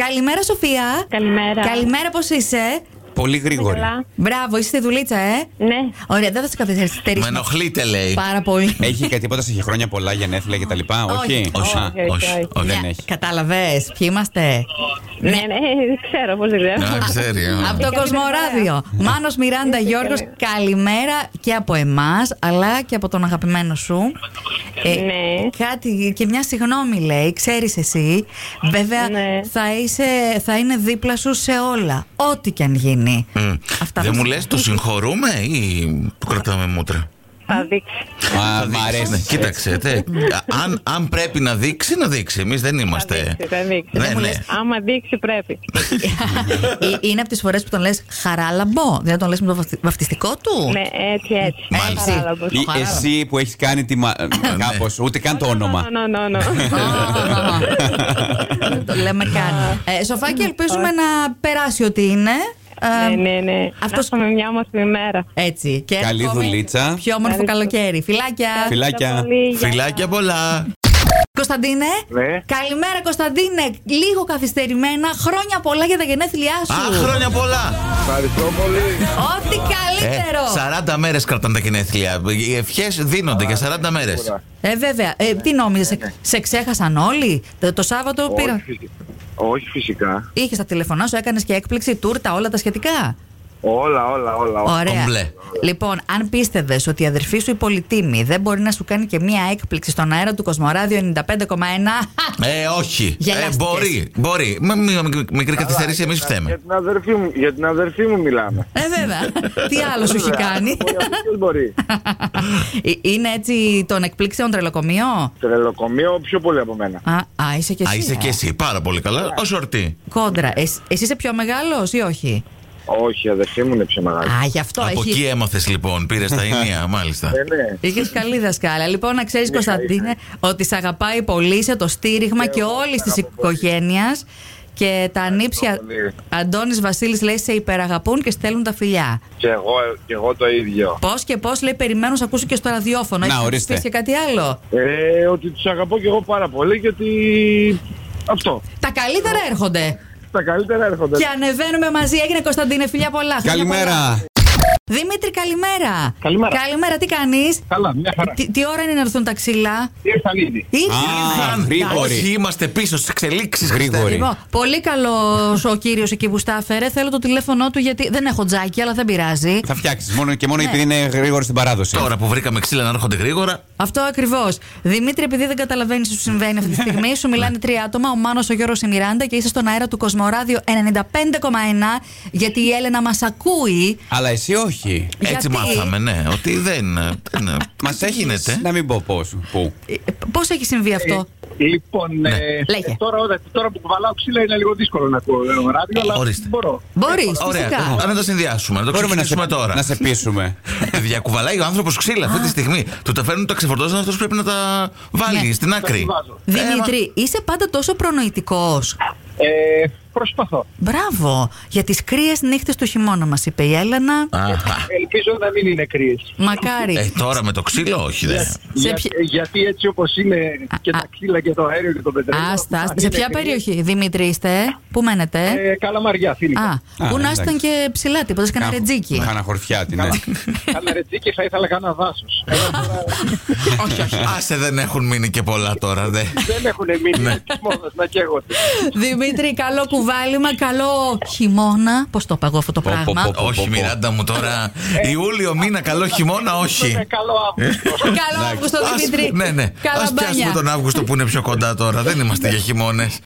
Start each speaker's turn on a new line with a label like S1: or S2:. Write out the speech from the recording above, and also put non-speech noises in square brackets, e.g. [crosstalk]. S1: Καλημέρα, Σοφία.
S2: Καλημέρα.
S1: Καλημέρα, πώς είσαι.
S3: Πολύ γρήγορη.
S2: Καλά.
S1: Μπράβο, είσαι στη δουλίτσα, ε.
S2: Ναι.
S1: Ωραία, δεν θα σε
S4: Με Ε.
S1: καθυστερήσουμε
S4: ενοχλείτε, λέει.
S1: πάρα πολύ.
S3: Έχει κάτι τίποτα σε χρόνια πολλά γενέθλια και τα λοιπά, όχι. Ναι.
S4: Όχι,
S3: Α,
S2: όχι,
S4: όχι,
S2: όχι.
S4: όχι.
S3: δεν έχει.
S1: Κατάλαβες, ποιοι είμαστε.
S2: Ναι, [laughs] ναι, ξέρω πώς δουλεύω.
S4: Να ξέρει. ε.
S1: Από το
S2: καλημέρα. Ε,
S1: Κοσμοράδιο. Μάνος Μιράντα Γιώργο, καλημέρα και από εμάς, αλλά και από τον αγαπημένο σου. Ε.
S2: Ναι.
S1: Κάτι και μια συγγνώμη λέει, ξέρεις εσύ. Βέβαια,
S2: Ναι.
S1: θα, είσαι, θα είναι δίπλα σου σε όλα. Ό,τι και αν γίνει.
S4: Μμ.
S1: Αυτά
S4: Δεν
S1: μας-
S4: μου λες, το συγχωρούμε ή του κρατάμε μούτρα.
S2: Θα δείξει.
S3: Α, μ'
S4: Ναι,
S3: αρέσει.
S4: Κοίταξε. τε. αν, αν πρέπει να δείξει, να δείξει. Εμείς δεν
S2: Θα
S4: είμαστε.
S2: δείξει, θα δείξει.
S4: Ναι, ναι.
S2: Άμα δείξει, πρέπει.
S1: Ε, Είναι από τις φορές που τον λες χαράλαμπο. Δηλαδή τον λες με το βαφτι- βαφτιστικό του.
S2: Ναι, έτσι, έτσι.
S4: Μάλιστα.
S2: Παράλαμπος.
S3: Ή
S1: χαρά.
S3: Εσύ που έχεις κάνει τη. Μα... κάπως, ούτε καν το όνομα.
S2: Νο, νο, νο, νο. [laughs]
S1: Α, Δεν το λέμε καν. Ε, Σοφάκι, ελπίζουμε να περάσει ό,τι είναι. Ε,
S2: Ναι, ναι, ναι.
S1: αυτός-
S2: Να έχουμε μια όμορφη μέρα.
S1: Έτσι. Και ένα
S3: Καλή
S1: ακόμη
S3: δουλίτσα.
S1: Πιο όμορφο καλοκαίρι. Φιλάκια.
S2: Ευχαριστώ
S3: Φιλάκια.
S2: πολύ. Γεια.
S4: Φιλάκια πολλά.
S1: Κωνσταντίνε.
S5: Ναι.
S1: Καλημέρα, Κωνσταντίνε. Λίγο καθυστερημένα. Χρόνια πολλά για τα γενέθλιά σου.
S4: Α, χρόνια πολλά.
S5: Ευχαριστώ πολύ.
S1: Ό,τι
S4: Ε,
S1: καλύτερο.
S4: 40 μέρες κρατάνε τα γενέθλια. Οι ευχές δίνονται για 40 μέρες.
S1: Ε, βέβαια. Ε, τι νόμιζες, σε, σε ξέχασαν όλοι. Το, το Σάββατο
S5: Ναι. Όχι,
S1: πήρα.
S5: φυσικά. Όχι φυσικά.
S1: Είχες τα τηλεφωνά σου, έκανες και έκπληξη, τούρτα, όλα τα σχετικά.
S5: Όλα, όλα, όλα. όλα.
S1: Ωραία.
S4: Κομπλέ.
S1: Λοιπόν, αν πίστευε ότι η αδερφή σου η πολυτίμη δεν μπορεί να σου κάνει και μία έκπληξη στον αέρα του Κοσμοράδιο 95,1.
S4: Ε, όχι. Ε,
S1: Γελάστηκες.
S4: μπορεί, μπορεί. Με με- με- μικρή καθυστέρηση εμεί
S5: Για- Για
S4: φταίμε.
S5: την αδερφή μου, για την αδερφή μου μιλάμε.
S1: [laughs] Ε, βέβαια. Τι άλλο σου έχει
S5: Βέβαια,
S1: κάνει.
S5: μπορεί, αυτή ποιος μπορεί.
S1: Ε, Είναι έτσι των εκπλήξεων τρελοκομείο.
S5: Τρελοκομείο πιο πολύ από μένα.
S1: Α, α, είσαι και
S4: Α,
S1: εσύ.
S4: είσαι
S1: ε.
S4: και εσύ. Πάρα πολύ καλά. Ο σορτή.
S1: Κόντρα. Εσ- εσύ είσαι πιο μεγάλος ή όχι.
S5: Όχι, η αδερφή μου είναι πιο μεγάλη.
S1: Α, γι' αυτό
S4: Από εκεί
S1: έχει.
S4: έμαθες λοιπόν. Πήρες τα
S1: [laughs]
S4: ενία, μάλιστα.
S5: Ε, ναι.
S1: Είχες καλή δασκάλα. Λοιπόν, να ξέρεις,
S5: Είχα,
S1: Κωνσταντίνε, ότι σε αγαπάει πολύ, είσαι το στήριγμα και
S5: εγώ
S1: όλης
S5: σ'
S1: της
S5: αγαπώ πολύ.
S1: οικογένειας. Και τα ανήψια.
S5: πολύ.
S1: Αντώνης Βασίλης λέει σε υπεραγαπούν και στέλνουν τα φιλιά.
S5: Και εγώ, και εγώ το ίδιο.
S1: Πώς και πώς λέει, περιμένουν να ακούσουν και στο ραδιόφωνο.
S3: Να,
S1: Έχεις
S3: ορίστε.
S1: πεις και κάτι άλλο.
S5: Ε, ότι τους αγαπώ και εγώ πάρα πολύ και ότι. Αυτό.
S1: Τα καλύτερα
S5: Ε,
S1: έρχονται.
S5: Τα καλύτερα έρχονται.
S1: Και ανεβαίνουμε μαζί. Έγινε Κωνσταντίνε, φιλιά πολλά. Χρόνια πολλά.
S3: Καλημέρα.
S1: Δημήτρη, καλημέρα.
S5: Καλημέρα.
S1: Καλημέρα, τι κάνεις.
S5: Καλά, μια χαρά.
S1: Τι, τι ώρα είναι να έρθουν τα ξύλα.
S5: Ήρθαν ήδη.
S3: Α,
S4: Ήρθαν. Όχι,
S3: γρήγορη.
S4: είμαστε πίσω στις εξελίξεις.
S3: Γρήγορη.
S1: Λοιπόν, πολύ καλός ο κύριος εκεί που στάφερε. Θέλω το τηλέφωνό του γιατί δεν έχω τζάκι, αλλά δεν πειράζει.
S3: Θα φτιάξεις μόνο και μόνο επειδή είναι γρήγορο στην παράδοση.
S4: Τώρα που βρήκαμε ξύλα να έρχονται γρήγορα.
S1: Αυτό ακριβώς. Δημήτρη, επειδή δεν καταλαβαίνεις τι σου συμβαίνει αυτή τη στιγμή, σου μιλάνε τρία άτομα, ο Μάνος, ο Γιώργος, η Μιράντα και είσαι στον αέρα του Κοσμοράδιο 95,1 γιατί η Έλενα μας ακούει.
S3: Αλλά εσύ όχι.
S4: Έτσι
S1: Γιατί?
S4: μάθαμε, ναι. Ότι δεν. δεν
S3: Μας
S4: τι
S3: έχεις
S4: γίνεται.
S3: Να μην πω πώς, Πού.
S1: Πώ Ε, έχει συμβεί αυτό, Ναι.
S6: Λοιπόν, ε,
S1: Λέγε.
S6: τώρα, όταν- τώρα που κουβαλάω ξύλα είναι λίγο δύσκολο να ακούω ε, ράδιο, αλλά
S4: ορίστε.
S6: μπορώ.
S1: Μπορείς,
S4: Ωραία. Ε,
S1: φυσικά.
S4: Αν να τα συνδυάσουμε, να το
S3: Μπορούμε να σε,
S4: ξεκινήσουμε τώρα.
S3: να σε πείσουμε.
S4: Διακουβαλάει ο άνθρωπος ξύλα αυτή τη στιγμή. Του τα φέρνουν, τα ξεφορτώσουν, αυτός πρέπει να τα βάλει
S1: Ναι.
S4: στην άκρη.
S6: βάζω.
S1: Δημήτρη, είσαι πάντα τόσο προνοητικός.
S6: Ε, προσπαθώ.
S1: Μπράβο. Για τις κρύες νύχτες του χειμώνα, μας είπε η Έλενα.
S4: Αχα.
S6: Ελπίζω να μην είναι κρύες.
S4: Ε,
S1: Μακάρι.
S4: τώρα με το ξύλο, όχι δε.
S1: Σε
S6: Για-
S1: ποια-
S6: Γιατί έτσι όπως είναι και
S1: Α,
S6: τα
S1: α.
S6: ξύλα και το αέριο και το πετρέλαιο.
S1: Άστα,
S6: αν
S1: άστα. Σε
S6: είναι
S1: ποια
S6: κρύες,
S1: περιοχή, Δημήτρη, είστε, ε? πού μένετε.
S6: Ε, καλαμαριά, φίλοι.
S1: Α, που να
S3: εντάξει.
S1: ήσταν και ψηλά, τίποτα, σκάνε ρετζίκι.
S3: Χαναχορφιάτη, ναι.
S6: Καλαρετζίκη θα ήθελα κανένα
S1: [laughs]
S6: δάσος. Ε, τώρα
S1: Όχι, όχι.
S4: Άσε δεν έχουν μείνει και πολλά τώρα, δε.
S6: δεν έχουν μείνει μόνος να καίγονται.
S1: Δημήτρη, καλό κουβάλιμα, καλό χειμώνα. Πώς το είπα εγώ αυτό το
S3: Πω, πω,
S1: πράγμα.
S3: πω, πω.
S4: όχι, Μιράντα μου τώρα. Ιούλιο μήνα, καλό χειμώνα, όχι.
S6: Είναι Ε, καλό Αύγουστο.
S1: Καλό Αύγουστο,
S4: Ας-
S1: Δημήτρη.
S4: Ναι, ναι.
S1: Καλά
S4: Α πιάσουμε
S1: μπάνια.
S4: τον Αύγουστο που είναι πιο κοντά τώρα. Δεν είμαστε για χειμώνες.